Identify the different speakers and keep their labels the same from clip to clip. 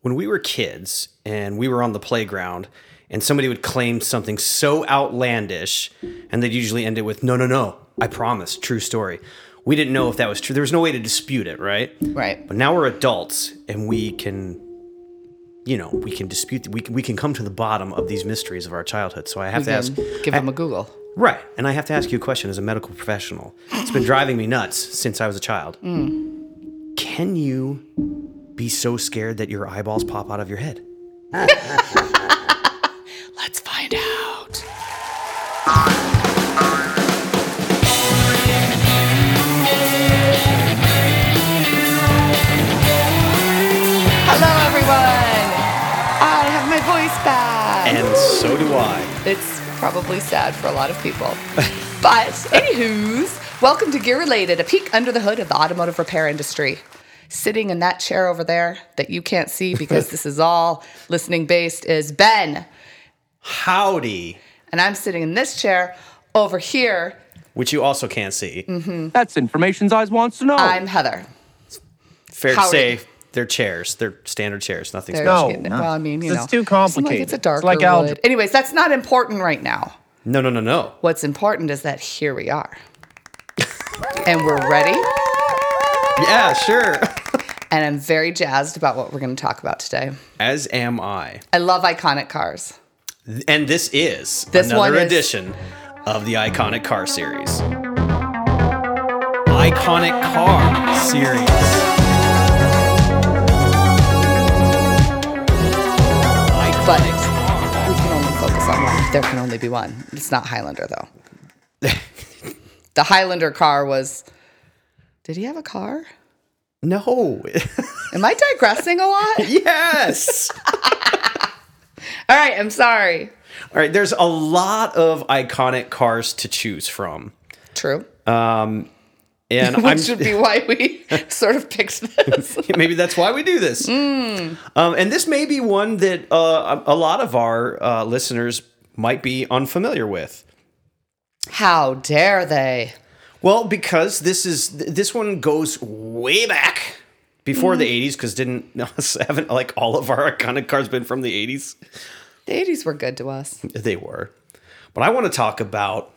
Speaker 1: when we were kids and we were on the playground and somebody would claim something so outlandish and they'd usually end it with no no no i promise true story we didn't know if that was true there was no way to dispute it right
Speaker 2: Right.
Speaker 1: but now we're adults and we can you know we can dispute we can, we can come to the bottom of these mysteries of our childhood so i have to ask
Speaker 2: Give them a Google.
Speaker 1: Right. And I have to ask you a question as a medical professional. It's been driving me nuts since I was a child. Can you be so scared that your eyeballs pop out of your head?
Speaker 2: Let's find out. Hello, everyone. I have my voice back.
Speaker 1: And so do I.
Speaker 2: It's probably sad for a lot of people. but, anywho's, welcome to Gear Related, a peek under the hood of the automotive repair industry. Sitting in that chair over there that you can't see because this is all listening based is Ben.
Speaker 1: Howdy,
Speaker 2: And I'm sitting in this chair over here.
Speaker 1: which you also can't see.
Speaker 2: Mm.
Speaker 3: That's information Zeiss wants to know.
Speaker 2: I'm Heather.
Speaker 1: Fair
Speaker 2: Howdy.
Speaker 1: to say, they're chairs. They're standard chairs. Nothing
Speaker 2: They're
Speaker 1: special.
Speaker 3: No,
Speaker 2: getting-
Speaker 3: no.
Speaker 2: Well, I mean, you
Speaker 3: It's
Speaker 2: know,
Speaker 3: too
Speaker 2: Like
Speaker 3: complicated.
Speaker 2: it's a
Speaker 3: It's
Speaker 2: dark
Speaker 3: like algebra.
Speaker 2: wood. Anyways, that's not important right now.
Speaker 1: No, no, no, no.
Speaker 2: What's important is that here we are, and we're ready.
Speaker 1: Yeah, sure.
Speaker 2: And I'm very jazzed about what we're going to talk about today.
Speaker 1: As am I.
Speaker 2: I love iconic cars.
Speaker 1: And this is
Speaker 2: This
Speaker 1: another
Speaker 2: one is-
Speaker 1: edition of the Iconic Car Series. Iconic Car Series.
Speaker 2: But we can only focus on one. There can only be one. It's not Highlander though. the Highlander car was. Did he have a car?
Speaker 1: No.
Speaker 2: Am I digressing a lot?
Speaker 1: yes.
Speaker 2: All right, I'm sorry.
Speaker 1: All right. There's a lot of iconic cars to choose from,
Speaker 2: True.
Speaker 1: and
Speaker 2: Which
Speaker 1: I'm
Speaker 2: should be why we sort of picked this.
Speaker 1: maybe that's why we do this. Um, and this may be one that uh, a a lot of our uh, listeners might be unfamiliar with.
Speaker 2: How dare they?
Speaker 1: Well, because this is th- this one goes way back before the 80s because didn't haven't like all of our iconic cars been from the 80s
Speaker 2: The 80s were good to us.
Speaker 1: They were. But I want to talk about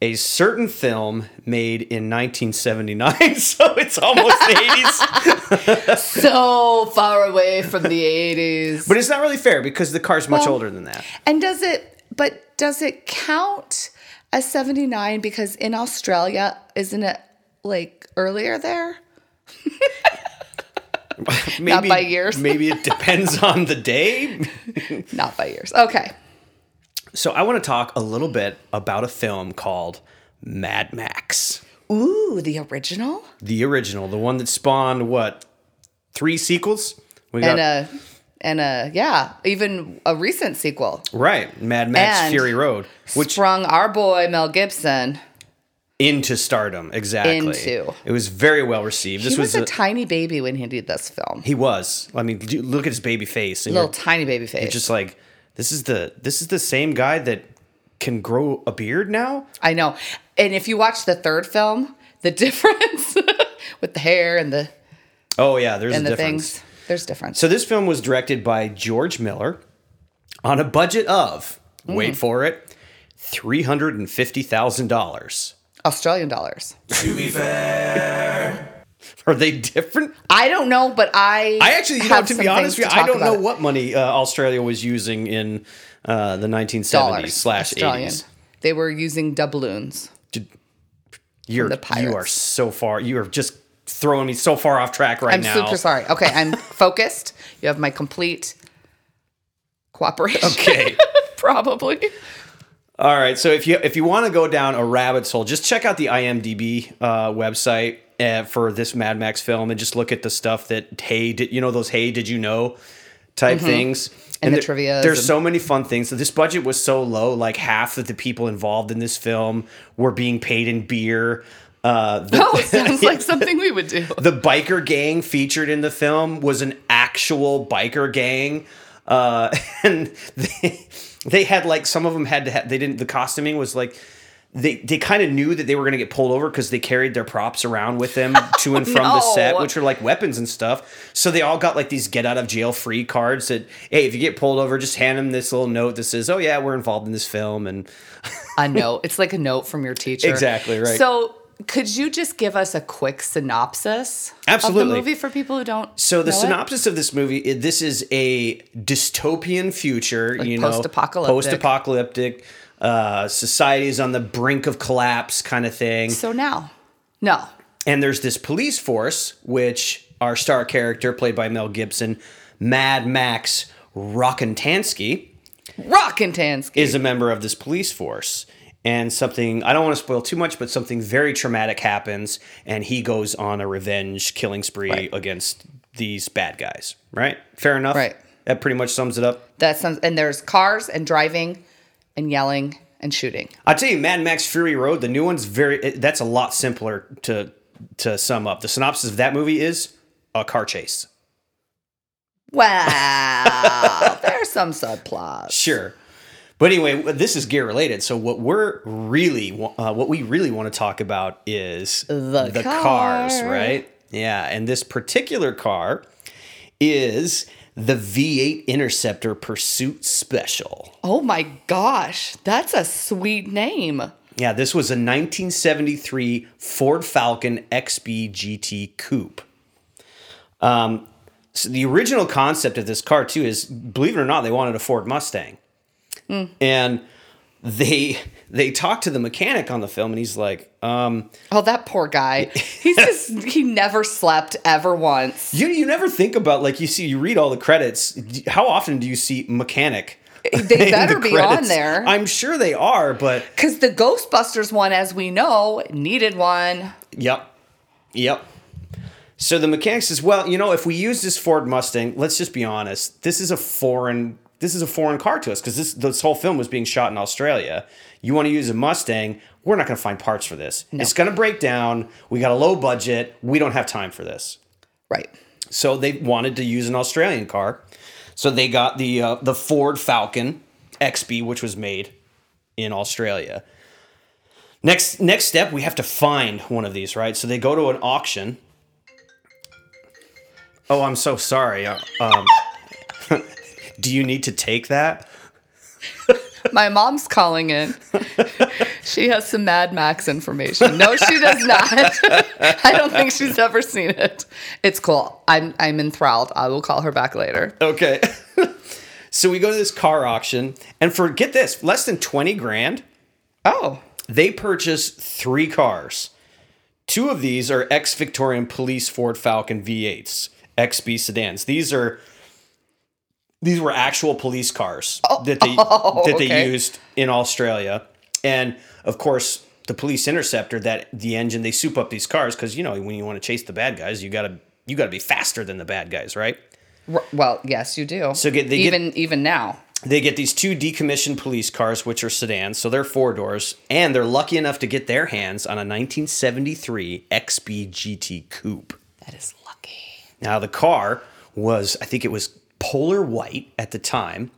Speaker 1: a certain film made in 1979, so it's almost the 80s.
Speaker 2: So far away from the 80s.
Speaker 1: But it's not really fair because the car's much older than that.
Speaker 2: And does it, but does it count as 79 because in Australia, isn't it like earlier there?
Speaker 1: Maybe,
Speaker 2: by years.
Speaker 1: maybe it depends on the day.
Speaker 2: Not by years. Okay.
Speaker 1: So I want to talk a little bit about a film called Mad Max,
Speaker 2: Ooh, the original?
Speaker 1: the original, the one that spawned what three sequels? We
Speaker 2: And uh, a, and a, yeah, even a recent sequel.
Speaker 1: right Mad Max
Speaker 2: and
Speaker 1: Fury Road, which
Speaker 2: sprung our boy Mel Gibson.
Speaker 1: into stardom exactly.
Speaker 2: Into.
Speaker 1: it was very well received. This
Speaker 2: he was,
Speaker 1: was
Speaker 2: a tiny baby when he did this film.
Speaker 1: He was. I mean, do- look at his baby face, and
Speaker 2: little
Speaker 1: you're
Speaker 2: tiny baby face.
Speaker 1: just like, this is the this is the same guy that can grow a beard now.
Speaker 2: I know. And if you watch the third film, the difference with the hair and the
Speaker 1: Oh yeah, there's
Speaker 2: and
Speaker 1: a
Speaker 2: the
Speaker 1: difference.
Speaker 2: things, there's difference.
Speaker 1: So this film was directed by George Miller on a budget of
Speaker 2: Hmm.
Speaker 1: wait for it three hundred and fifty thousand dollars.
Speaker 2: Australian dollars.
Speaker 1: Are they different?
Speaker 2: I don't know, but I
Speaker 1: I actually, you know,
Speaker 2: have
Speaker 1: to
Speaker 2: some
Speaker 1: be honest,
Speaker 2: things
Speaker 1: with
Speaker 2: to
Speaker 1: you, I
Speaker 2: talk
Speaker 1: don't
Speaker 2: about
Speaker 1: know
Speaker 2: it.
Speaker 1: what money uh, Australia was using in uh, the nineteen seventies
Speaker 2: dollars
Speaker 1: slash
Speaker 2: Australian.
Speaker 1: eighties.
Speaker 2: They were using doubloons.
Speaker 1: You're you
Speaker 2: the
Speaker 1: are
Speaker 2: pirates.
Speaker 1: so far. You are just throwing me so far off track right
Speaker 2: I'm
Speaker 1: now.
Speaker 2: super sorry. Okay, I'm focused. You have my complete cooperation.
Speaker 1: Okay.
Speaker 2: probably.
Speaker 1: All right. So if you if you want to go down a rabbit's hole, just check out the IMDb uh, website uh, for this Mad Max film, and just look at the stuff that hey did you know those hey did you know type things
Speaker 2: Mm-hmm. And the
Speaker 1: there-
Speaker 2: trivias
Speaker 1: There's
Speaker 2: and-
Speaker 1: so many fun things. So this budget was so low, like half of the people involved in this film were being paid in beer. Uh, the,
Speaker 2: Oh, it sounds like something we would do.
Speaker 1: the biker gang featured in the film was an actual biker gang uh, and they, they had like some of them had to ha- they didn't the costuming was like they they kind of knew that they were going to get pulled over because they carried their props around with them to and from the
Speaker 2: no.
Speaker 1: set, which are like weapons and stuff. So they all got like these get out of jail free cards that hey, if you get pulled over, just hand them this little note that says, "Oh yeah, we're involved in this film." And
Speaker 2: a note. It's like a note from your teacher.
Speaker 1: Exactly, right.
Speaker 2: So, could you just give us a quick synopsis of
Speaker 1: Absolutely.
Speaker 2: the movie for people who don't?
Speaker 1: so the
Speaker 2: know it?
Speaker 1: synopsis of this movie, i- this is a dystopian future, you know,
Speaker 2: post-apocalyptic.
Speaker 1: post-apocalyptic. Uh, society is on the brink of collapse, kind of thing.
Speaker 2: So now, no,
Speaker 1: and there's this police force which our star character played by mel gibson mad max rockintansky
Speaker 2: Rockin' Tansky.
Speaker 1: is a member of this police force and something i don't want to spoil too much but something very traumatic happens and he goes on a revenge killing spree against these bad guys right fair enough
Speaker 2: Right.
Speaker 1: that pretty much sums it up
Speaker 2: That sounds. And there's cars and driving, and yelling and shooting.
Speaker 1: I tell you, Mad Max Fury Road, the new one's very. it- That's a lot simpler to to sum up. The synopsis of that movie is a car chase.
Speaker 2: Wow, there's some subplots.
Speaker 1: Sure. But anyway, this is gear related. So what we're really, wa- uh, what we really want to talk about is the, cars,
Speaker 2: car.
Speaker 1: right? Yeah, and this particular car is the V8 Interceptor Pursuit Special.
Speaker 2: Oh my gosh, that's a sweet name.
Speaker 1: Yeah, this was a 1973 Ford Falcon XB GT Coupe. Um, so the original concept of this car too is, believe it or not, they wanted a Ford Mustang,
Speaker 2: Hmm.
Speaker 1: and they they talked to the mechanic on the film, and he's like, um,
Speaker 2: Oh, that poor guy. He's just he never slept ever once.
Speaker 1: "You you never think about like you see you read all the credits. How often do you see mechanic?"
Speaker 2: They
Speaker 1: in
Speaker 2: better
Speaker 1: the
Speaker 2: be on
Speaker 1: credits?
Speaker 2: there.
Speaker 1: I'm sure they are, but
Speaker 2: Because the Ghostbusters one, as we know, needed one.
Speaker 1: Yep. Yep. So the mechanic says, "Well, you know, if we use this Ford Mustang, let's just be honest. This is a foreign. This is a foreign car to us because this this whole film was being shot in Australia. You want to use a Mustang? We're not going to find parts for this. It's going to break down. We got a low budget. We don't have time for this.
Speaker 2: Right.
Speaker 1: So they wanted to use an Australian car. So they got the uh, the Ford Falcon XB, which was made in Australia. Next next step, we have to find one of these, right? So they go to an auction. Oh, I'm so sorry. Uh, Um, do you need to take that?
Speaker 2: My mom's calling in. she has some Mad Max information. No, she does not. I don't think she's ever seen it. It's cool. I'm I'm enthralled. I will call her back later.
Speaker 1: Okay. so we go to this car auction, and for get this, less than twenty grand.
Speaker 2: Oh.
Speaker 1: they purchase three cars. Two of these are ex Victorian police Ford Falcon V8s, XB sedans. These are these were actual police cars that they that they
Speaker 2: okay.
Speaker 1: used in Australia, and of course the police interceptor that the engine they soup up these cars because you know when you want to chase the bad guys you gotta you gotta be faster than the bad guys right
Speaker 2: R- Well, yes, you do.
Speaker 1: So get- they get-
Speaker 2: even even now.
Speaker 1: they get these two decommissioned police cars, which are sedans, so they're four doors, and they're lucky enough to get their hands on a 1973 XB GT Coupe.
Speaker 2: That is lucky.
Speaker 1: Now, the car was, I think it was polar white at the time.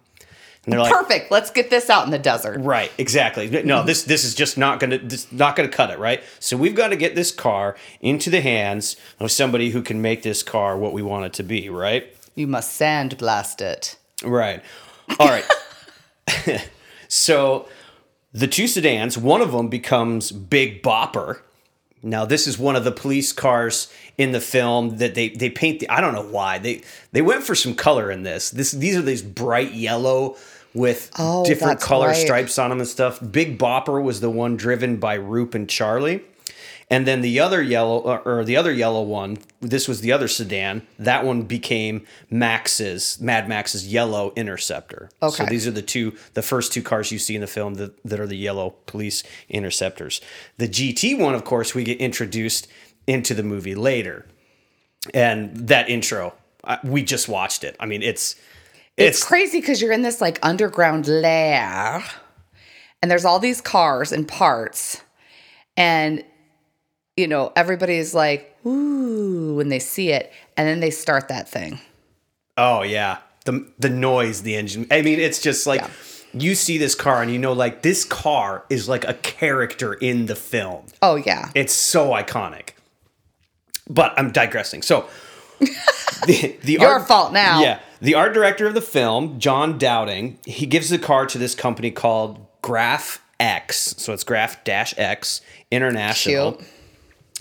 Speaker 1: And they're like,
Speaker 2: Perfect. Let's get this out in the desert.
Speaker 1: Right, exactly. No, this this is just not gonna this not gonna cut it, right? So we've got to get this car into the hands of somebody who can make this car what we want it to be, right?
Speaker 2: You must sandblast it.
Speaker 1: Right. All right. so the two sedans, one of them becomes Big Bopper. Now this is one of the police cars in the film that they they paint the I don't know why. They they went for some color in this. This these are these bright yellow with
Speaker 2: Oh,
Speaker 1: different
Speaker 2: that's
Speaker 1: color
Speaker 2: right.
Speaker 1: stripes on them and stuff. Big Bopper was the one driven by Roop and Charlie. And then the other yellow or- or the other yellow one, this was the other sedan. That one became Max's Mad Max's yellow Interceptor. So
Speaker 2: Okay.
Speaker 1: these are the two the first two cars you see in the film that, that are the yellow police interceptors. The GT one, of course, we get introduced into the movie later. And that intro, I, we just watched it. I mean, it's
Speaker 2: It's, crazy because you're in this like underground lair and there's all these cars and parts. And, you know, everybody is like, ooh, when they see it. And then they start that thing.
Speaker 1: Oh yeah, the the noise, the engine. I mean, it's just like
Speaker 2: Yeah.
Speaker 1: you see this car and you know like this car is like a character in the film.
Speaker 2: Oh yeah.
Speaker 1: It's so iconic. But I'm digressing. So the, the
Speaker 2: Your fault now.
Speaker 1: Yeah. The art director of the film, John Dowding, he gives the car to this company called Graph X. So it's Graph Dash X International.
Speaker 2: Cute.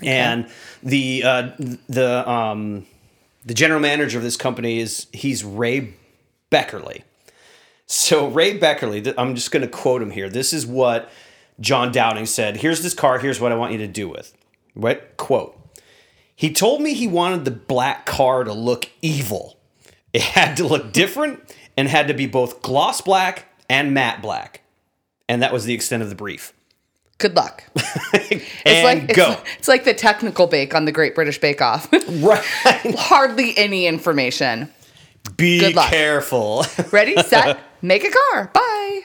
Speaker 1: And the uh, the um, the general manager of this company is he's Ray Beckerly. So Ray Beckerly, th- I'm just going to quote him here. This is what John Downing said. Here's this car. Here's what I want you to do with. What quote? He told me he wanted the black car to look evil. It had to look different and had to be both gloss black and matte black. And that was the extent of the brief.
Speaker 2: Good luck.
Speaker 1: and
Speaker 2: it's like
Speaker 1: go.
Speaker 2: It's, like- it's like the technical bake on the Great British Bake Off.
Speaker 1: right.
Speaker 2: Hardly any information.
Speaker 1: Be
Speaker 2: Good luck.
Speaker 1: careful.
Speaker 2: Ready, set, make a car. Bye.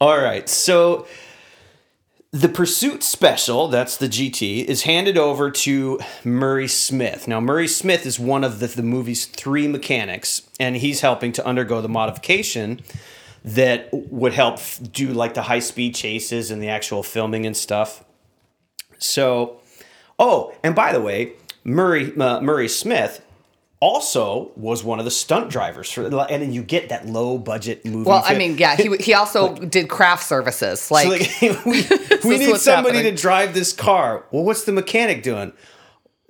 Speaker 1: All right. So the Pursuit Special, that's the GT, is handed over to Murray Smith. Now, Murray Smith is one of the, the movie's three mechanics, and he's helping to undergo the modification that would help f- do like the high speed chases and the actual filming and stuff. So, oh, and by the way, Murray uh, Murray Smith also was one of the stunt drivers for, and then you get that low budget movie.
Speaker 2: Well, I
Speaker 1: fi-
Speaker 2: mean, yeah, he he also did craft services. Like,
Speaker 1: so, like, we, we
Speaker 2: is
Speaker 1: need
Speaker 2: what's
Speaker 1: somebody
Speaker 2: happening.
Speaker 1: to drive this car. Well, what's the mechanic doing?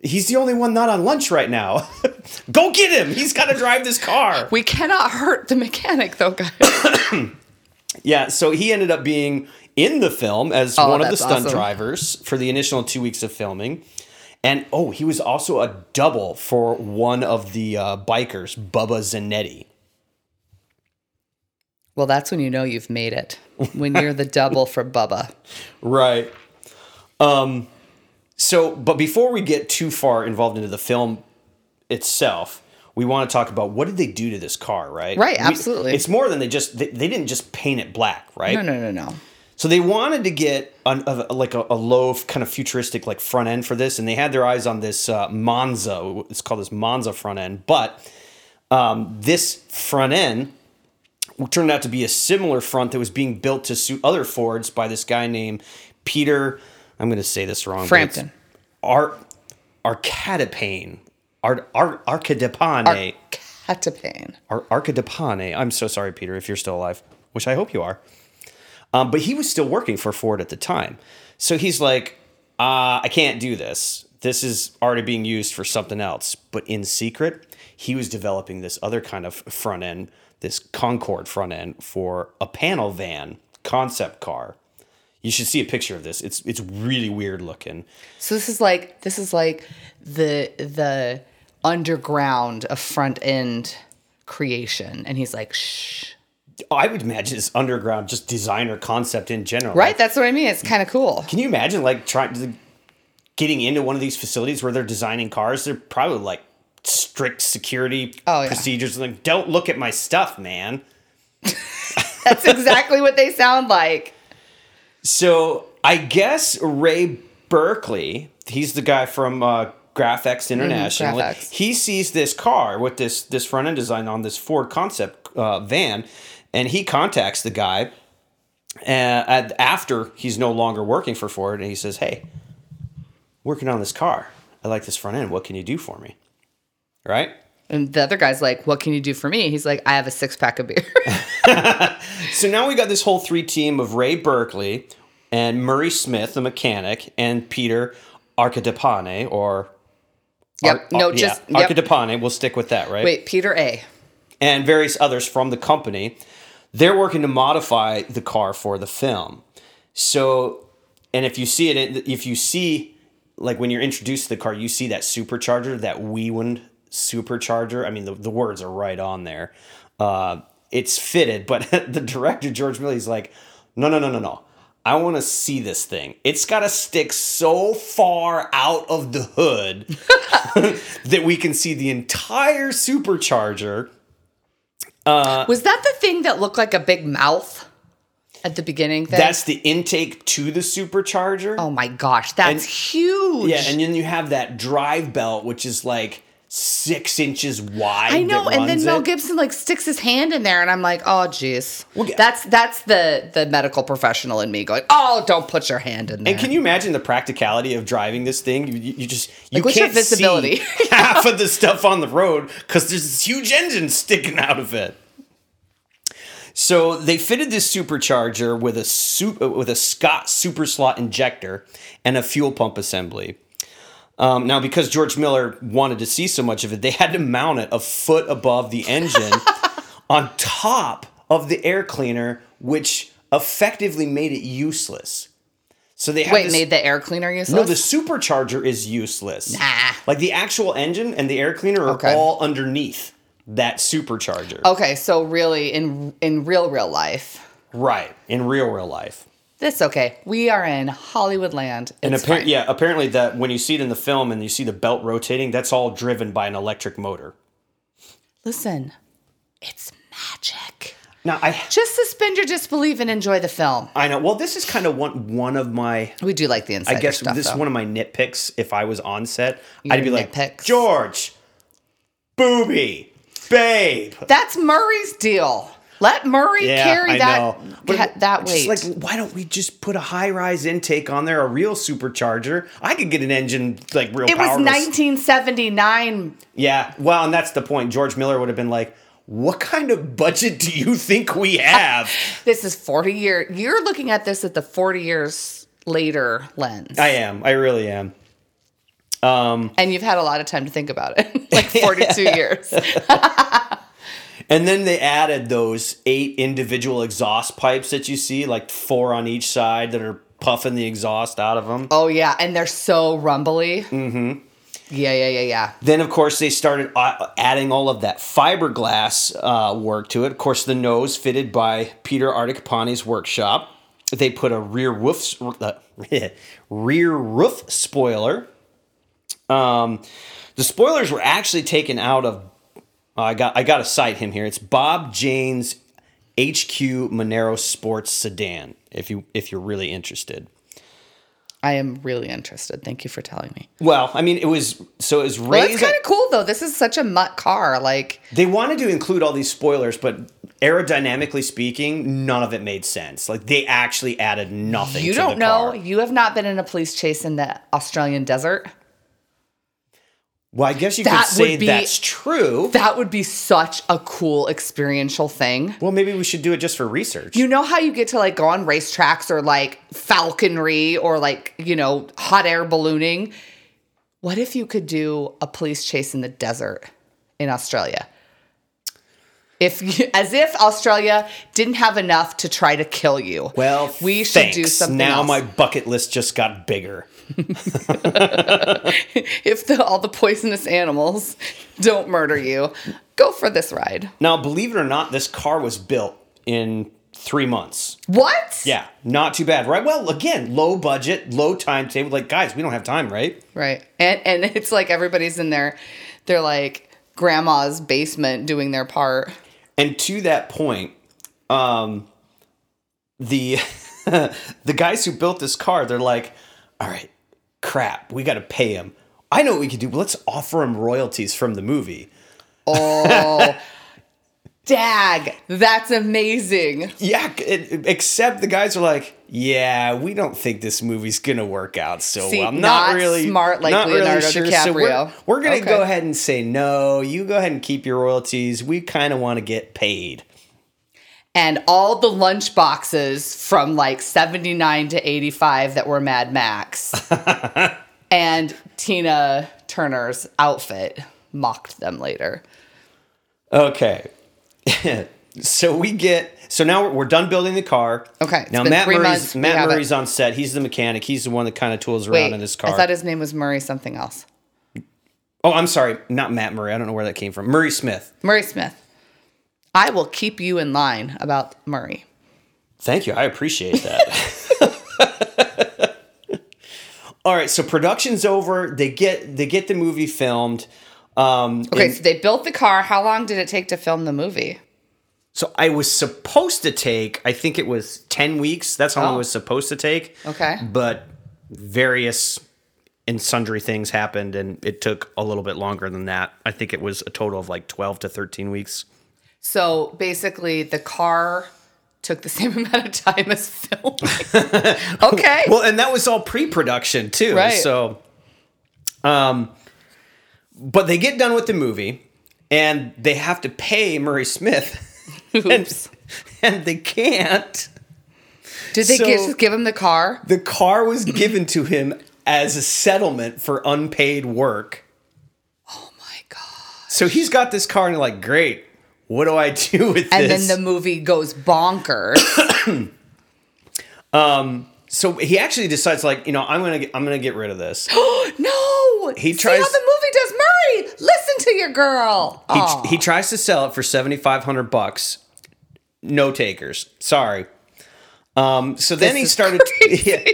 Speaker 1: He's the only one not on lunch right now. Go get him. He's got to drive this car.
Speaker 2: we cannot hurt the mechanic though, guys.
Speaker 1: Yeah, so he ended up being in the film as one
Speaker 2: Oh,
Speaker 1: of the
Speaker 2: that's
Speaker 1: stunt
Speaker 2: awesome.
Speaker 1: drivers for the initial two weeks of filming. And oh, he was also a double for one of the uh, bikers, Bubba Zanetti.
Speaker 2: well, that's when you know you've made it. When you're the double for Bubba.
Speaker 1: Right. Um so but before we get too far involved into the film itself, we want to talk about what did they do to this car, right?
Speaker 2: Right,
Speaker 1: We-
Speaker 2: absolutely.
Speaker 1: it's more than they just they, they didn't just paint it black, right?
Speaker 2: No, no, no, no.
Speaker 1: So they wanted to get an, a, like a, a low f- kind of futuristic like front end for this, and they had their eyes on this uh, Monza. It's called this Monza front end, but um, this front end turned out to be a similar front that was being built to suit other Fords by this guy named Peter. I'm going to say this wrong. but it's
Speaker 2: Frampton.
Speaker 1: Ar Arcadipane. Ar Ar Arcadipane.
Speaker 2: Catapane.
Speaker 1: Ar- Arcadipane. I'm so sorry, Peter, if you're still alive, which I hope you are. Um, but he was still working for Ford at the time. So he's like, uh, I can't do this. This is already being used for something else. But in secret, he was developing this other kind of front end, this Concorde front end for a panel van concept car. You should see a picture of this. It's it's really weird looking.
Speaker 2: So this is like this is like the the underground of front end creation, and he's like, shh.
Speaker 1: I would imagine it's underground, just designer concept in general.
Speaker 2: Right, that's what I mean. It's kind of cool.
Speaker 1: Can you imagine like trying getting into one of these facilities where they're designing cars? They're probably like strict security
Speaker 2: Oh, yeah.
Speaker 1: procedures. Like, don't look at my stuff, man.
Speaker 2: That's exactly what they sound like.
Speaker 1: So I guess Ray Berkeley, he's the guy from uh, GraphX International.
Speaker 2: GraphX.
Speaker 1: He sees this car with this this front end design on this Ford concept uh, van, and he contacts the guy. Uh, at, after he's no longer working for Ford, and he says, "Hey, working on this car. I like this front end. What can you do for me?" Right.
Speaker 2: And the other guy's like, "What can you do for me?" He's like, "I have a six pack of beer."
Speaker 1: So now we got this whole three team of Ray Berkeley and Murray Smith, the mechanic, and Peter Arcadipane, or
Speaker 2: yep.
Speaker 1: Ar-
Speaker 2: no,
Speaker 1: yeah,
Speaker 2: just yep.
Speaker 1: Arcadipane. We'll stick with that, right?
Speaker 2: wait, Peter A.
Speaker 1: And various others from the company. They're working to modify the car for the film. So, and if you see it, if you see, like when you're introduced to the car, you see that supercharger, that Wewand supercharger. I mean, the, the words are right on there. Uh, it's fitted, but the director, George Milley's like, no, no, no, no, no. I want to see this thing. It's got to stick so far out of the hood that we can see the entire supercharger. Uh,
Speaker 2: Was that the thing that looked like a big mouth at the beginning? Thing?
Speaker 1: That's the intake to the supercharger.
Speaker 2: oh my gosh, that's huge.
Speaker 1: Yeah, and then you have that drive belt, which is like six inches wide.
Speaker 2: I know,
Speaker 1: that
Speaker 2: and then
Speaker 1: runs
Speaker 2: Mel
Speaker 1: it.
Speaker 2: Gibson like sticks his hand in there, and I'm like, oh jeez,
Speaker 1: Well, yeah.
Speaker 2: that's that's the the medical professional in me going, oh, don't put your hand in there.
Speaker 1: And can you imagine the practicality of driving this thing? You, you you just you
Speaker 2: Like, what's your
Speaker 1: can't
Speaker 2: visibility?
Speaker 1: see half of the stuff on the road because there's this huge engine sticking out of it. So they fitted this supercharger with a sup- with a Scott super slot injector and a fuel pump assembly. Um, now, because George Miller wanted to see so much of it, they had to mount it a foot above the engine on top of the air cleaner, which effectively made it useless. So they had
Speaker 2: Wait,
Speaker 1: this-
Speaker 2: made the air cleaner useless?
Speaker 1: no, the supercharger is useless.
Speaker 2: Nah.
Speaker 1: Like the actual engine and the air cleaner are
Speaker 2: Okay. Oh.
Speaker 1: all underneath that supercharger.
Speaker 2: okay, so really, in in real real life,
Speaker 1: Right. In real real life.
Speaker 2: that's okay. We are in Hollywood land.
Speaker 1: And
Speaker 2: It's
Speaker 1: appar-
Speaker 2: fine.
Speaker 1: yeah, apparently that when you see it in the film and you see the belt rotating, that's all driven by an electric motor.
Speaker 2: listen, it's magic.
Speaker 1: Now I
Speaker 2: Just suspend your disbelief and enjoy the film.
Speaker 1: I know. Well, this is kind of one one of my
Speaker 2: We do like the
Speaker 1: I
Speaker 2: insider
Speaker 1: guess
Speaker 2: stuff.
Speaker 1: this is
Speaker 2: though.
Speaker 1: one of my nitpicks. If I was on set,
Speaker 2: Your
Speaker 1: I'd be like
Speaker 2: nitpicks.
Speaker 1: George, booby, babe.
Speaker 2: That's Murray's deal. Let Murray carry that ca- that
Speaker 1: just
Speaker 2: weight.
Speaker 1: like, why don't we just put a high rise intake on there, a real supercharger? I could get an engine like real.
Speaker 2: it was
Speaker 1: powerless.
Speaker 2: 1979.
Speaker 1: Yeah, well, and that's the point. George Miller would have been like, "What kind of budget do you think we have?"
Speaker 2: This is 40 year. You're looking at this at the 40 years later lens,
Speaker 1: I am. I really am.
Speaker 2: and you've had a lot of time to think about it, like 42 years.
Speaker 1: And then they added those eight individual exhaust pipes that you see, like four on each side, that are puffing the exhaust out of them.
Speaker 2: Oh yeah, and they're so rumbly. Mm-hmm. Yeah, yeah, yeah, yeah.
Speaker 1: Then, of course, they started uh, adding all of that fiberglass uh, work to it. Of course, the nose fitted by Peter Articapani's workshop. They put a rear roof uh, rear roof spoiler. Um, the spoilers were actually taken out of. I got I got to cite him here. It's Bob Jane's HQ Monero Sports sedan. If you if you're really interested.
Speaker 2: I am really interested. Thank you for telling me.
Speaker 1: Well, I mean, it was so it was
Speaker 2: Well,
Speaker 1: raised.
Speaker 2: that's kind of cool though. This is such a mutt car. Like,
Speaker 1: They wanted to include all these spoilers, but aerodynamically speaking, none of it made sense. Like they actually added nothing.
Speaker 2: you
Speaker 1: to
Speaker 2: don't
Speaker 1: the
Speaker 2: know.
Speaker 1: car.
Speaker 2: You have not been in a police chase in the Australian desert.
Speaker 1: Well, I guess you
Speaker 2: That
Speaker 1: could say
Speaker 2: would be-
Speaker 1: that's true.
Speaker 2: That would be such a cool experiential thing.
Speaker 1: well, maybe we should do it just for research.
Speaker 2: You know how you get to like go on racetracks or like falconry or like, you know, hot air ballooning? What if you could do a police chase in the desert in Australia? If you, as if Australia didn't have enough to try to kill you.
Speaker 1: well,
Speaker 2: we should do
Speaker 1: thanks.
Speaker 2: something
Speaker 1: Now
Speaker 2: else.
Speaker 1: my bucket list just got bigger.
Speaker 2: if the, all the poisonous animals don't murder you, go for this ride.
Speaker 1: Now, believe it or not, this car was built in three months.
Speaker 2: What?
Speaker 1: Yeah, not too bad, right? Well, again, low budget, low timetable. Like, guys, we don't have time, right?
Speaker 2: Right. And and it's like everybody's in their their like grandma's basement doing their part.
Speaker 1: And to that point, um, the the guys who built this car, they're like, "All right, crap, we got to pay him." I know what we could do. But let's offer him royalties from the movie.
Speaker 2: Oh, Dag, that's amazing.
Speaker 1: Yeah, it, except the guys are like, "Yeah, we don't think this movie's gonna work out so
Speaker 2: See,
Speaker 1: well. I'm not,
Speaker 2: not
Speaker 1: really
Speaker 2: smart like
Speaker 1: not really
Speaker 2: Leonardo
Speaker 1: So we're,
Speaker 2: DiCaprio.
Speaker 1: we're gonna
Speaker 2: Okay.
Speaker 1: go ahead and say no. You go ahead and keep your royalties. We kind of want to get paid."
Speaker 2: And all the lunch boxes from like 79 to 85 that were Mad Max and Tina Turner's outfit mocked them later.
Speaker 1: Okay. so we get so now we're- we're done building the car.
Speaker 2: Okay, it's
Speaker 1: now
Speaker 2: been
Speaker 1: Matt
Speaker 2: three
Speaker 1: Murray's
Speaker 2: months, we
Speaker 1: Matt
Speaker 2: have it.
Speaker 1: Murray's on set. He's the mechanic. He's the one that kind of tools around
Speaker 2: Wait,
Speaker 1: in this car.
Speaker 2: I thought his name was Murray something else.
Speaker 1: oh, I'm sorry, not Matt Murray. I don't know where that came from. Murray Smith.
Speaker 2: Murray Smith. I will keep you in line about Murray.
Speaker 1: Thank you. I appreciate that. All right, so production's over. They get they get the movie filmed. Um,
Speaker 2: Okay,
Speaker 1: in-
Speaker 2: so they built the car. How long did it take to film the movie?
Speaker 1: so I was supposed to take. I think it was ten weeks. That's how long
Speaker 2: Oh.
Speaker 1: it was supposed to take.
Speaker 2: Okay.
Speaker 1: but various and sundry things happened, and it took a little bit longer than that. I think it was a total of like twelve to thirteen weeks.
Speaker 2: So basically, the car took the same amount of time as filming. okay.
Speaker 1: Well, and that was all pre-production too.
Speaker 2: Right.
Speaker 1: So, um, but they get done with the movie, and they have to pay Murray Smith, and,
Speaker 2: Oops.
Speaker 1: and they can't.
Speaker 2: Did they
Speaker 1: so-
Speaker 2: gi- just give him the car?
Speaker 1: The car was given to him as a settlement for unpaid work.
Speaker 2: Oh my god!
Speaker 1: So he's got this car, and they're like, great. What do I do with
Speaker 2: And
Speaker 1: this?
Speaker 2: then the movie goes bonkers.
Speaker 1: so he actually decides, like, you know, I'm gonna, get, I'm gonna get rid of this.
Speaker 2: no.
Speaker 1: He
Speaker 2: See
Speaker 1: tries-
Speaker 2: how the movie does Murray. Listen to your girl.
Speaker 1: He,
Speaker 2: Aw.
Speaker 1: he tries to sell it for 7500 bucks. No takers. Sorry. Um, so then
Speaker 2: This
Speaker 1: he
Speaker 2: is
Speaker 1: started yeah.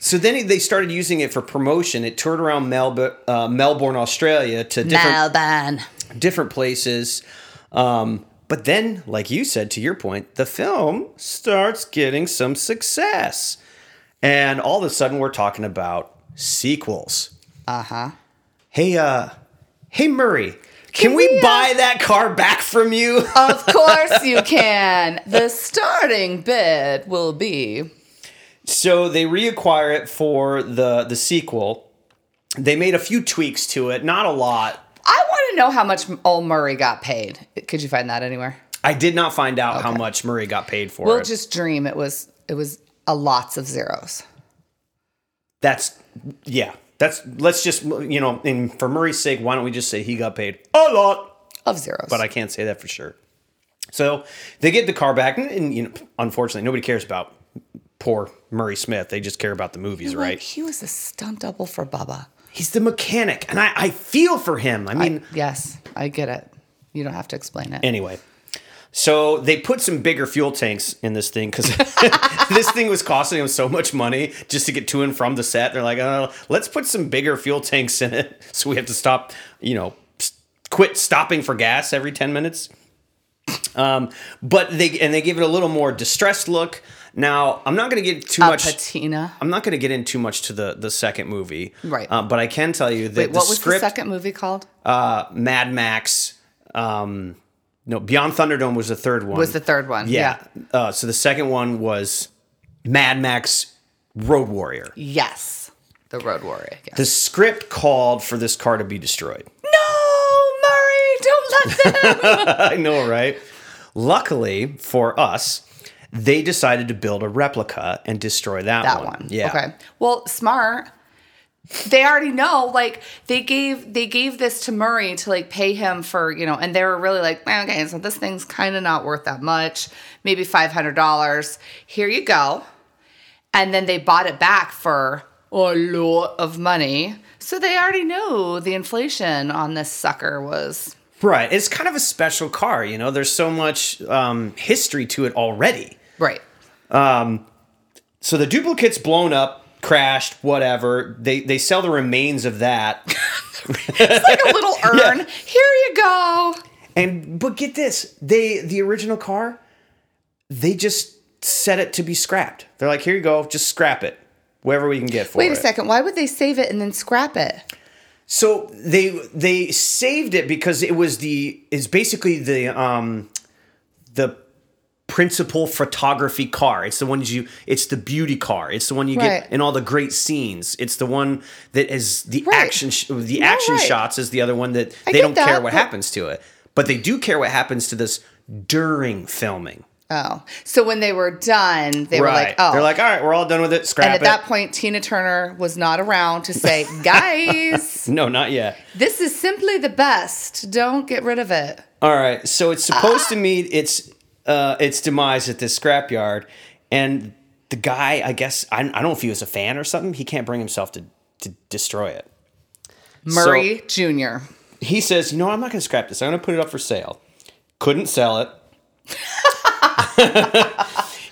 Speaker 1: So then he, they started using it for promotion. It toured around Melbourne, uh, Melbourne, Australia to different
Speaker 2: Melbourne.
Speaker 1: different places. Um, but then, like you said to your point, the film starts getting some success. And all of a sudden we're talking about sequels.
Speaker 2: Uh huh.
Speaker 1: Hey uh hey Murray, can,
Speaker 2: Can
Speaker 1: we,
Speaker 2: we, uh,
Speaker 1: buy that car back from you?
Speaker 2: Of course you can. The starting bid will be
Speaker 1: So they reacquire it for the the sequel. They made a few tweaks to it, not a lot.
Speaker 2: I want to know how much old Murray got paid. Could you find that anywhere?
Speaker 1: I did not find out how much Murray got paid for
Speaker 2: We'll
Speaker 1: it.
Speaker 2: just dream it was it was a lots of zeros.
Speaker 1: that's yeah. That's let's just you know, and for Murray's sake, why don't we just say he got paid a lot?
Speaker 2: Of zeros.
Speaker 1: But I can't say that for sure. So they get the car back, and, and you know, unfortunately, nobody cares about poor Murray Smith. They just care about the movies,
Speaker 2: Like,
Speaker 1: right?
Speaker 2: he was a stunt double for Bubba.
Speaker 1: He's the mechanic, and I, I feel for him. I mean,
Speaker 2: Yes, I get it. You don't have to explain it.
Speaker 1: Anyway, so they put some bigger fuel tanks in this thing because this thing was costing them so much money just to get to and from the set. They're like, oh, let's put some bigger fuel tanks in it. So we have to stop, you know, s- quit stopping for gas every 10 minutes. Um, but they and they give it a little more distressed look. Now, I'm not going to get too
Speaker 2: a
Speaker 1: much.
Speaker 2: Uh, patina.
Speaker 1: I'm not going to get in too much to the the second movie,
Speaker 2: Right.
Speaker 1: Uh, but I can tell you that
Speaker 2: Wait,
Speaker 1: the
Speaker 2: what was
Speaker 1: script,
Speaker 2: the second movie called?
Speaker 1: uh, Mad Max. Um, no, Beyond Thunderdome was the third one.
Speaker 2: was the third one.
Speaker 1: yeah. Uh, so the second one was Mad Max Road Warrior.
Speaker 2: Yes. The Road Warrior. yeah.
Speaker 1: The script called for this car to be destroyed.
Speaker 2: no, Murray, don't let them.
Speaker 1: I know, right? Luckily for us, they decided to build a replica and destroy that,
Speaker 2: that
Speaker 1: one.
Speaker 2: one.
Speaker 1: Yeah.
Speaker 2: Okay. Well, smart. They already know. Like they gave they gave this to Murray to like pay him for you know, and they were really like, "Eh, okay, so this thing's kind of not worth that much. Maybe five hundred dollars. Here you go. And then they bought it back for a lot of money. So they already knew the inflation on this sucker was
Speaker 1: Right. It's kind of a special car, you know. There's so much um, history to it already.
Speaker 2: right.
Speaker 1: So the duplicate's blown up, crashed, whatever. They they sell the remains of that.
Speaker 2: It's like a little urn. Here you go.
Speaker 1: And but get this, they the original car, they just set it to be scrapped. They're like, here you go, just scrap it, wherever we can get for it.
Speaker 2: Wait a second. Why would they save it and then scrap it?
Speaker 1: So they they saved it because it was the is basically the um the principal photography car. It's the one you it's the beauty car. It's the one you
Speaker 2: Right.
Speaker 1: get in all the great scenes. It's the one that is the
Speaker 2: Right.
Speaker 1: action sh- the action
Speaker 2: right.
Speaker 1: shots is the other one that
Speaker 2: I
Speaker 1: they
Speaker 2: get
Speaker 1: don't care
Speaker 2: that,
Speaker 1: what
Speaker 2: but-
Speaker 1: happens to it. But they do care what happens to this during filming.
Speaker 2: Oh, so when they were done, they were like, "Oh."
Speaker 1: They're like, all right, we're all done with it. Scrap
Speaker 2: and at
Speaker 1: it.
Speaker 2: that point, Tina Turner was not around to say, "Guys,
Speaker 1: no, not yet.
Speaker 2: this is simply the best. Don't get rid of it."
Speaker 1: All right, so it's supposed to meet its uh, its demise at this scrapyard, and the guy, I guess, I, I don't know if he was a fan or something. He can't bring himself to to destroy it.
Speaker 2: Murray Jr.
Speaker 1: He says, "You know, I'm not going to scrap this. I'm going to put it up for sale." Couldn't sell it.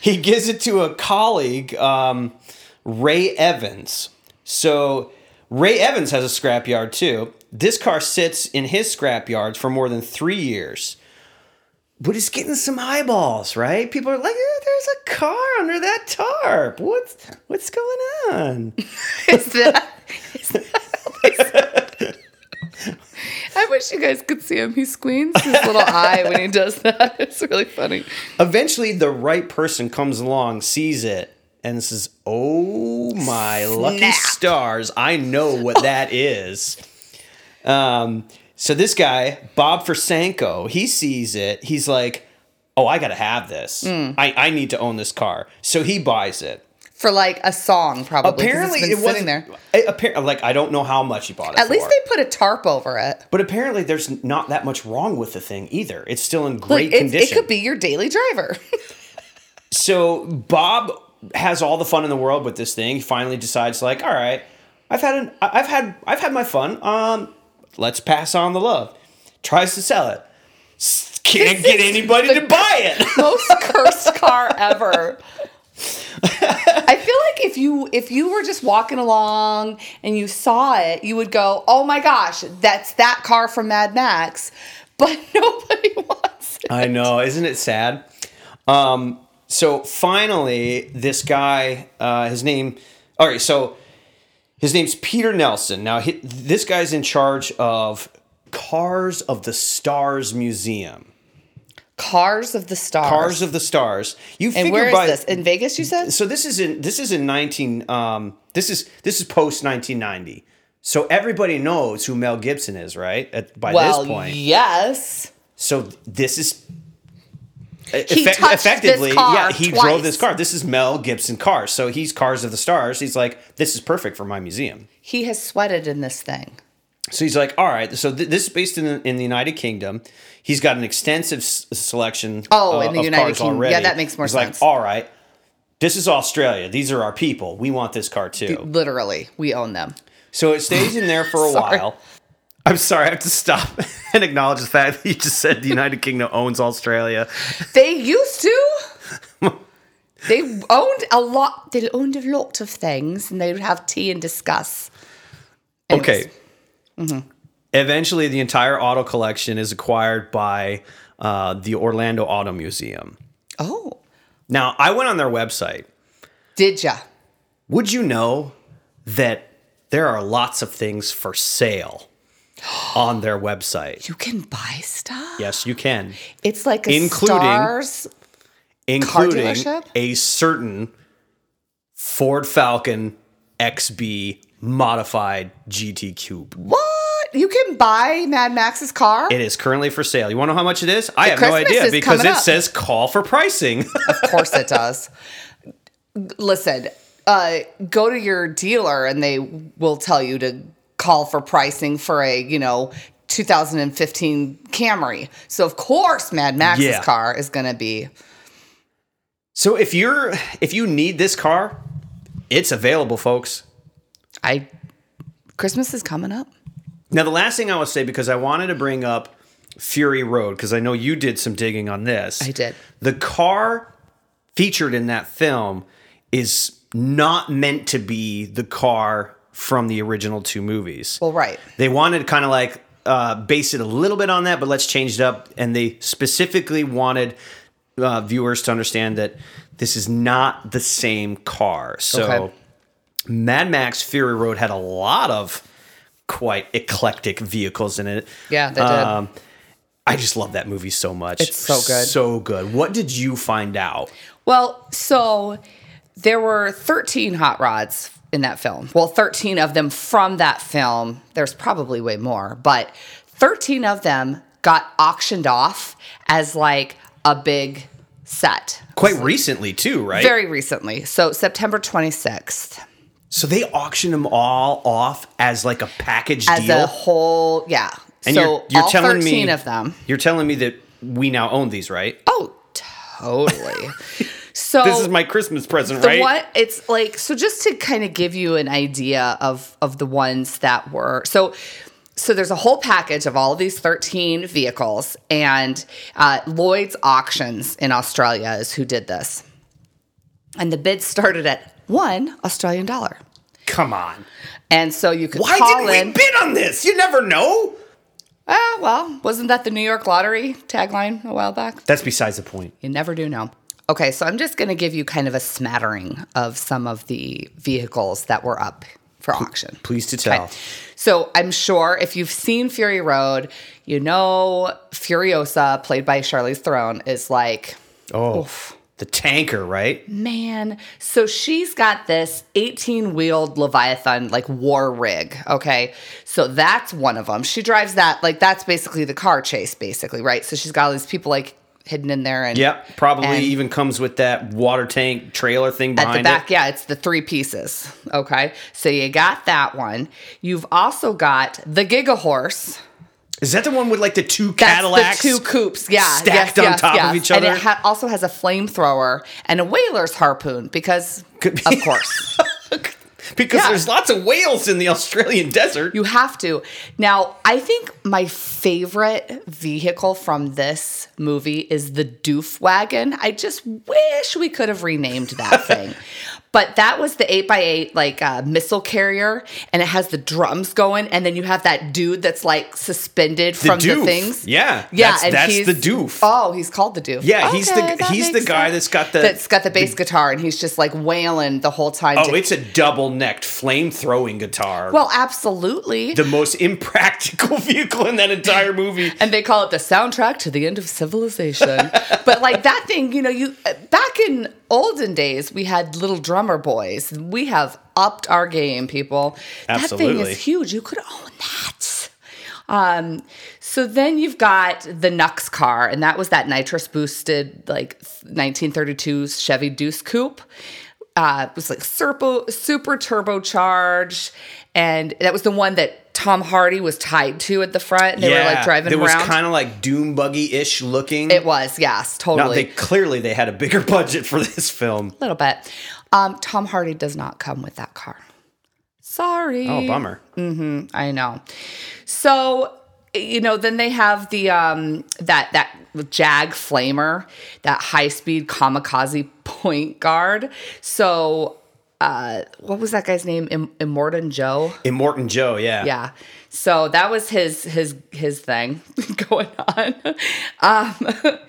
Speaker 1: he gives it to a colleague, um, Ray Evans. So Ray Evans has a scrapyard too. This car sits in his scrapyard for more than three years. But it's getting some eyeballs, right? People are like, "Eh, "There's a car under that tarp. What's what's going on?"
Speaker 2: Is that, is wish you guys could see him. He squeams his little eye when he does that. It's really funny.
Speaker 1: Eventually, the right person comes along, sees it, and says, "Oh my lucky
Speaker 2: Snap.
Speaker 1: stars! I know what that is." Um, so this guy, Bob Fersanko, he sees it. He's like, "Oh, I gotta have this.
Speaker 2: Hmm.
Speaker 1: I, I need to own this car." So he buys it.
Speaker 2: For like a song, probably. 'cause
Speaker 1: Apparently,
Speaker 2: it's
Speaker 1: it
Speaker 2: been
Speaker 1: wasn't
Speaker 2: sitting there.
Speaker 1: a- appar- like I don't know how much he bought it.
Speaker 2: At least
Speaker 1: for.
Speaker 2: they put a tarp over it.
Speaker 1: But apparently, there's not that much wrong with the thing either. It's still in
Speaker 2: Like,
Speaker 1: great
Speaker 2: it's-
Speaker 1: condition.
Speaker 2: it could be your daily driver.
Speaker 1: So Bob has all the fun in the world with this thing. He finally decides, like, all right, I've had an, I- I've had, I've had my fun. Um, let's pass on the love. Tries to sell it. S- Can't get anybody to buy it.
Speaker 2: most cursed car ever. I feel like if you if you were just walking along and you saw it, you would go, "Oh my gosh, that's that car from Mad Max," but nobody wants it.
Speaker 1: I know, isn't it sad? Um, so finally, this guy, uh, his name, all right, so his name's Peter Nelson. Now, he, this guy's in charge of Cars of the Stars Museum.
Speaker 2: Cars of the Stars.
Speaker 1: Cars of the Stars. You
Speaker 2: and
Speaker 1: figure
Speaker 2: where is
Speaker 1: by
Speaker 2: this? In Vegas, you said?
Speaker 1: so this is in this is in 19 um this is this is post 1990. So everybody knows who Mel Gibson is, right? At, by
Speaker 2: well,
Speaker 1: this point.
Speaker 2: yes.
Speaker 1: So this is
Speaker 2: He
Speaker 1: Effect-
Speaker 2: touched this car
Speaker 1: yeah, he
Speaker 2: twice.
Speaker 1: drove this car. This is Mel Gibson car. So he's Cars of the Stars. He's like, this is perfect for my museum.
Speaker 2: He has sweated in this thing.
Speaker 1: So he's like, all right. So th- this is based in the, in the United Kingdom. He's got an extensive s- selection. uh,
Speaker 2: Oh, in the
Speaker 1: of
Speaker 2: United
Speaker 1: cars
Speaker 2: Kingdom.
Speaker 1: already.
Speaker 2: Yeah, that makes more
Speaker 1: he's
Speaker 2: sense.
Speaker 1: Like, all right, this is Australia. These are our people. We want this car too.
Speaker 2: Literally, we own them.
Speaker 1: So it stays in there for a
Speaker 2: Sorry.
Speaker 1: while. I'm sorry, I have to stop and acknowledge the fact that you just said the United Kingdom owns Australia.
Speaker 2: They used to. they owned a lot. They owned a lot of things, and they would have tea and discuss. And it
Speaker 1: Okay.
Speaker 2: was- Mm-hmm.
Speaker 1: Eventually, the entire auto collection is acquired by uh, the Orlando Auto Museum.
Speaker 2: Oh,
Speaker 1: Now, I went on their website.
Speaker 2: did ya?
Speaker 1: Would you know that there are lots of things for sale on their website?
Speaker 2: You can buy stuff.
Speaker 1: Yes, you can,
Speaker 2: It's like a
Speaker 1: Including-
Speaker 2: stars.
Speaker 1: including
Speaker 2: dealership?
Speaker 1: a certain Ford Falcon XB modified GT Coupe.
Speaker 2: What? You can buy Mad Max's car?
Speaker 1: It is currently for sale. You want to know how much it is? I have
Speaker 2: Christmas
Speaker 1: no idea
Speaker 2: is
Speaker 1: because
Speaker 2: coming
Speaker 1: it
Speaker 2: up.
Speaker 1: says call for pricing.
Speaker 2: Of course it does. Listen, uh, go to your dealer and they will tell you to call for pricing for a, you know, 2015 Camry. So of course Mad Max's
Speaker 1: Yeah.
Speaker 2: car is going to be
Speaker 1: So if you're if you need this car, it's available, folks.
Speaker 2: I Christmas is coming up.
Speaker 1: Now the last thing I would say because I wanted to bring up Fury Road because I know you did some digging on this.
Speaker 2: I did.
Speaker 1: The car featured in that film is not meant to be the car from the original two movies.
Speaker 2: Well, right.
Speaker 1: They wanted to kind of like uh, base it a little bit on that, but let's change it up. And they specifically wanted uh, viewers to understand that this is not the same car. So
Speaker 2: Okay.
Speaker 1: Mad Max Fury Road had a lot of quite eclectic vehicles in it. Um,
Speaker 2: Yeah, they did.
Speaker 1: I just love that movie so much.
Speaker 2: It's so good.
Speaker 1: So good. What did you find out?
Speaker 2: Well, so there were 13 hot rods in that film. Well, 13 of them from that film. There's probably way more, but 13 of them got auctioned off as like a big set
Speaker 1: Quite recently too, right?
Speaker 2: very recently. So September 26th
Speaker 1: so they auctioned them all off as like a package
Speaker 2: as
Speaker 1: deal.
Speaker 2: a whole, yeah.
Speaker 1: And
Speaker 2: so
Speaker 1: you're, you're
Speaker 2: all
Speaker 1: telling
Speaker 2: 13
Speaker 1: me,
Speaker 2: of them.
Speaker 1: You're telling me that we now own these, right?
Speaker 2: Oh, totally. so
Speaker 1: This is my Christmas present,
Speaker 2: Oh. the
Speaker 1: right?
Speaker 2: what it's like so just to kind of give you an idea of of the ones that were so so there's a whole package of all these 13 vehicles and uh, lloyd's auctions in australia is who did this and the bid started at one australian dollar
Speaker 1: Come on.
Speaker 2: and so you could
Speaker 1: Why
Speaker 2: call
Speaker 1: didn't
Speaker 2: in
Speaker 1: we bid on this? You never know.
Speaker 2: ah well wasn't that the new york lottery tagline a while back
Speaker 1: That's besides the point.
Speaker 2: You never do know. Okay, so I'm just going to give you kind of a smattering of some of the vehicles that were up for auction.
Speaker 1: Pleased to tell.
Speaker 2: So I'm sure if you've seen Fury Road, you know Furiosa, played by Charlize Theron, is like,
Speaker 1: Oh, the tanker, right?
Speaker 2: man. So she's got this 18 wheeled Leviathan, like war rig. Okay. So that's one of them. She drives that, like, that's basically the car chase, basically, right? So she's got all these people, like, hidden in there. And
Speaker 1: Yep. Probably
Speaker 2: and-
Speaker 1: even comes with that water tank trailer thing behind
Speaker 2: at the back
Speaker 1: it.
Speaker 2: yeah it's the three pieces okay so you got that one you've also got the giga horse
Speaker 1: Is that the one with like the two
Speaker 2: that's
Speaker 1: Cadillacs?
Speaker 2: the two coupes yeah
Speaker 1: stacked
Speaker 2: yes,
Speaker 1: on
Speaker 2: yes,
Speaker 1: top of
Speaker 2: yes.
Speaker 1: each
Speaker 2: and
Speaker 1: other?
Speaker 2: it ha- also has a flamethrower and a whaler's harpoon because
Speaker 1: Could be-
Speaker 2: of course
Speaker 1: because
Speaker 2: Yeah.
Speaker 1: there's lots of whales in the Australian desert.
Speaker 2: you have to now i think my favorite vehicle from this movie is the doof wagon i just wish we could have renamed that thing but that was the 8x8 like uh, missile carrier and it has the drums going and then you have that dude that's like suspended from
Speaker 1: doof.
Speaker 2: the things
Speaker 1: Yeah,
Speaker 2: yeah
Speaker 1: that's-
Speaker 2: and
Speaker 1: that's
Speaker 2: he's-
Speaker 1: the doof.
Speaker 2: oh he's called the doof
Speaker 1: Yeah, he's the-
Speaker 2: that
Speaker 1: he's the
Speaker 2: makes
Speaker 1: guy that's got the-
Speaker 2: that's got the bass guitar and he's just like wailing the whole time
Speaker 1: oh,
Speaker 2: to-
Speaker 1: it's a double necked flame throwing guitar.
Speaker 2: well absolutely
Speaker 1: the most impractical vehicle in that entire movie.
Speaker 2: and they call it the soundtrack to the end of civilization. but like that thing, you know, you back in olden days, we had little drummer boys. We have upped our game, people. That thing
Speaker 1: Absolutely.
Speaker 2: is huge. You could own that. Um, so then you've got the Nux car, and that was that nitrous boosted like 1932 Chevy Deuce coupe. Uh, it was like serpo, super turbocharged, and that was the one that Tom Hardy was tied to at the front. And they were like driving
Speaker 1: It was
Speaker 2: around.
Speaker 1: kind of like doom buggy ish looking.
Speaker 2: It was, yes,
Speaker 1: Now,
Speaker 2: totally.
Speaker 1: they clearly they had a bigger budget for this film.
Speaker 2: A little bit. Um, Tom Hardy does not come with that car. Sorry.
Speaker 1: Oh, bummer.
Speaker 2: I know. So, you know, then they have the um that that Jag flamer, that high-speed kamikaze point guard. So, uh what was that guy's name? Im- Immortan Joe?
Speaker 1: Immortan Joe, yeah.
Speaker 2: yeah so that was his his his thing going on um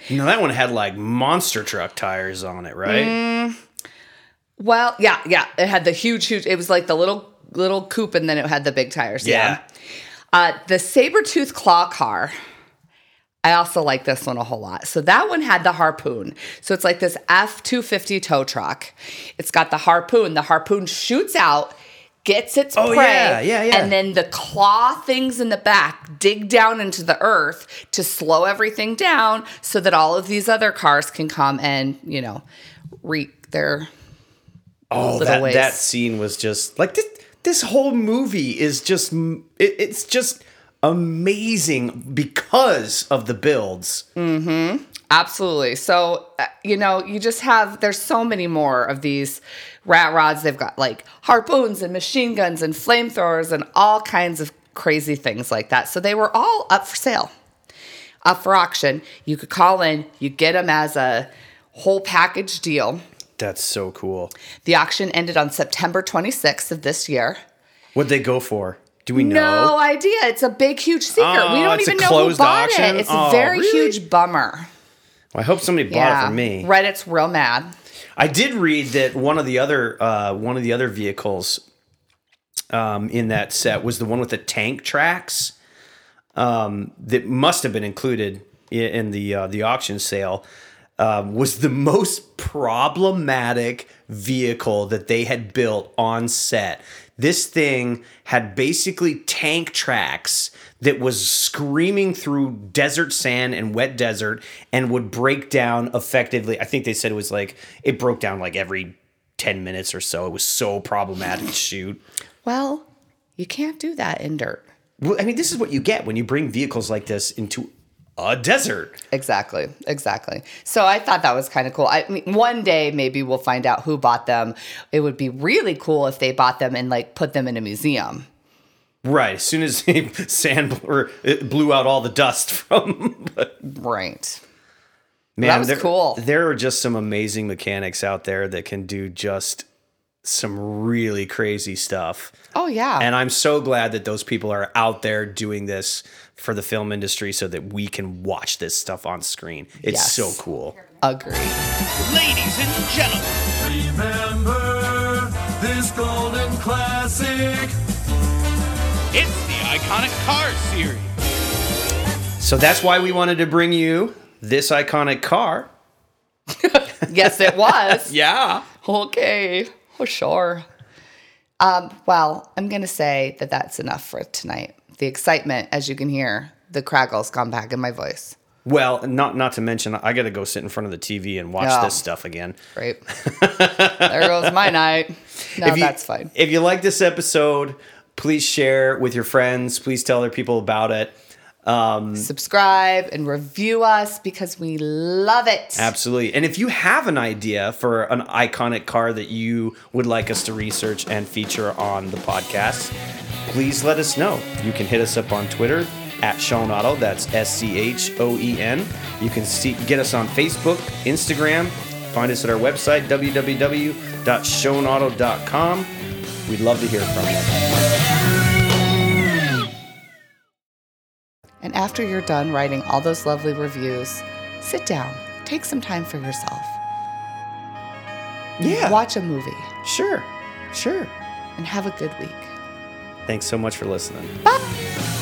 Speaker 1: Now that one had like monster truck tires on it, right?
Speaker 2: Mm. Well, yeah, yeah. It had the huge, huge. It was like the little little coupe, and then it had the big tires.
Speaker 1: Yeah.
Speaker 2: Uh, the saber tooth claw car. I also like this one a whole lot. So that one had the harpoon. So it's like this F two fifty tow truck. It's got the harpoon. The harpoon shoots out. Gets its
Speaker 1: Oh,
Speaker 2: prey,
Speaker 1: yeah, yeah, yeah.
Speaker 2: and then the claw things in the back dig down into the earth to slow everything down, so that all of these other cars can come and you know wreak their
Speaker 1: Oh,
Speaker 2: little
Speaker 1: that,
Speaker 2: ways.
Speaker 1: that scene was just like this. This whole movie is just m- it, it's just amazing because of the builds.
Speaker 2: Mm. Absolutely. So, uh, you know, you just have, there's so many more of these rat rods. They've got like harpoons and machine guns and flamethrowers and all kinds of crazy things like that. So they were all up for sale, up for auction. You could call in, you get them as a whole package deal.
Speaker 1: That's so cool.
Speaker 2: The auction ended on September 26th of this year.
Speaker 1: What'd they go for? Do we
Speaker 2: No,
Speaker 1: know?
Speaker 2: idea. It's a big, huge secret.
Speaker 1: Oh,
Speaker 2: we don't
Speaker 1: it's a
Speaker 2: even know who
Speaker 1: closed
Speaker 2: bought
Speaker 1: auction?
Speaker 2: it. It's
Speaker 1: Oh,
Speaker 2: a very
Speaker 1: really?
Speaker 2: huge bummer.
Speaker 1: I hope somebody bought it for me.
Speaker 2: Reddit's real mad.
Speaker 1: I did read that one of the other uh, one of the other vehicles um, in that set was the one with the tank tracks um, that must have been included i- in the uh, the auction sale. Um, was the most problematic vehicle that they had built on set. This thing had basically tank tracks that was screaming through desert sand and wet desert and would break down effectively. I think they said it was like it broke down like every 10 minutes or so. It was so problematic to shoot.
Speaker 2: Well, you can't do that in dirt.
Speaker 1: Well, I mean, this is what you get when you bring vehicles like this into a desert.
Speaker 2: Exactly, exactly. So I thought that was kind of cool. I mean, one day maybe we'll find out who bought them. It would be really cool if they bought them and like put them in a museum.
Speaker 1: Right. As soon as sand or it blew out all the dust from
Speaker 2: Right.
Speaker 1: man,
Speaker 2: was
Speaker 1: there,
Speaker 2: cool.
Speaker 1: There are just some amazing mechanics out there that can do just some really crazy stuff.
Speaker 2: Oh yeah.
Speaker 1: And I'm so glad that those people are out there doing this for the film industry so that we can watch this stuff on screen. It's
Speaker 2: Yes.
Speaker 1: so cool.
Speaker 2: Agree.
Speaker 4: Ladies and gentlemen,
Speaker 5: Remember
Speaker 4: this golden classic.
Speaker 5: It's the iconic car series.
Speaker 1: So that's why we wanted to bring you this iconic car.
Speaker 2: Yes, it was.
Speaker 1: Yeah.
Speaker 2: Okay. Oh, sure. Um, well, I'm going to say that that's enough for tonight. The excitement, as you can hear, the craggle's gone back in my voice.
Speaker 1: Well, not not to mention, I got to go sit in front of the TV and watch
Speaker 2: Yeah.
Speaker 1: this stuff again.
Speaker 2: Right. there goes my night. No,
Speaker 1: you,
Speaker 2: that's fine.
Speaker 1: If you like this episode, please share with your friends. Please tell other people about it.
Speaker 2: Subscribe and review us because we love it.
Speaker 1: Absolutely. And if you have an idea for an iconic car that you would like us to research and feature on the podcast, please let us know. You can hit us up on Twitter at Sean Auto. That's S C H O E N. You can see, get us on Facebook, Instagram. Find us at our website, www.shonauto.com. We'd love to hear from you.
Speaker 2: And after you're done writing all those lovely reviews, sit down, take some time for yourself,
Speaker 1: Yeah.
Speaker 2: watch a movie,
Speaker 1: Sure. Sure.
Speaker 2: and have a good week.
Speaker 1: Thanks so much for listening.
Speaker 2: Bye.